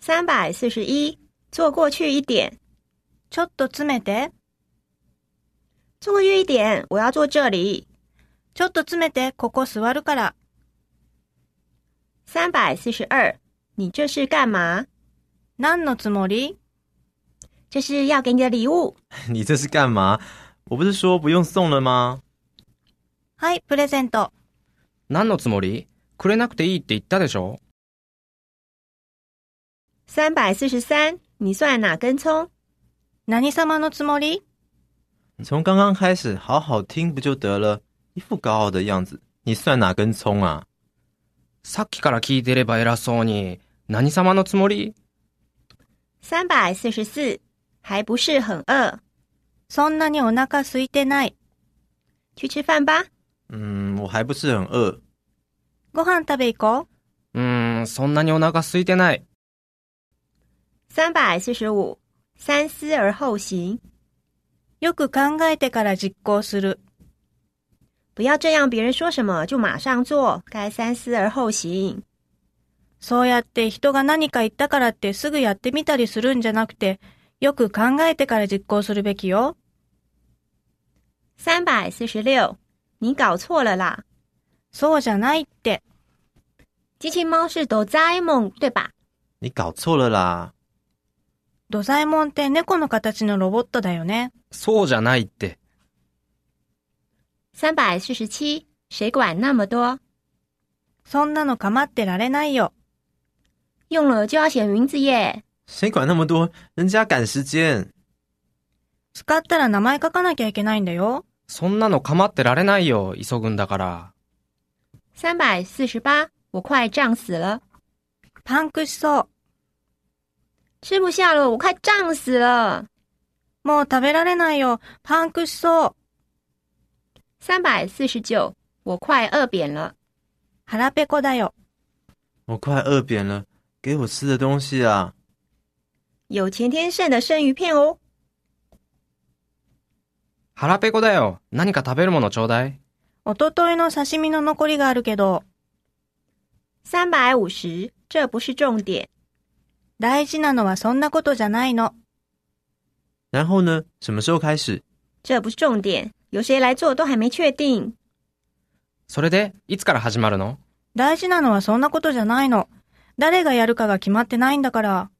三百四十一，坐过去一点，ちょっと詰めて。坐过去一点，我要坐这里。ちょっと詰めて、ここ座るから。三百四十二，你这是干嘛？何のつもり这是要给你的礼物。 你这是干嘛？我不是说不用送了吗？はい、プレゼント。何のつもりくれなくていいって言ったでしょ三百四十三，你算哪根葱？何様のつもり从刚刚开始好好听不就得了？一副高傲的样子，你算哪根葱啊？さっきから聞いてれば偉そうに。何様のつもり三百四十四，还不是很饿，そんなにお腹空いてない。去吃饭吧。嗯，我还不是很饿。ご飯食べ行こう。うーん、そんなにお腹空いてない。三百四十五，三思而后行，よく考えてから実行する。不要这样，别人说什么就马上做，该三思而后行。そうやって人が何か言ったからってすぐやってみたりするんじゃなくて、よく考えてから実行するべきよ。三百四十六，你搞错了啦！そうじゃないって。机器猫是哆啦 A 梦对吧？你搞错了啦！ドサエモンって猫の形のロボットだよね。そうじゃないって。三百四十七，谁管那么多？そんなの構ってられないよ。用了就要写名字耶！谁管那么多？人家赶时间。使ったら名前書かなきゃいけないんだよ。そんなの構ってられないよ、急ぐんだから。三百四十八，我快胀死了，パンクしそう。吃不下了，我快胀死了。もう食べられないよ。パンクしそう。三百四十九，我快饿扁了。腹ペコだよ。我快饿扁了，给我吃的东西啊！有前天剩的生鱼片哦，腹ペコだよ。何か食べるものちょうだい。おとといの刺身の残りがあるけど、三百五十，这不是重点。大事なのはそんなことじゃないの。然后呢？什么时候开始？这不是重点，由谁来做都还没确定。それで、いつから始まるの大事なのはそんなことじゃないの。誰がやるかが決まってないんだから。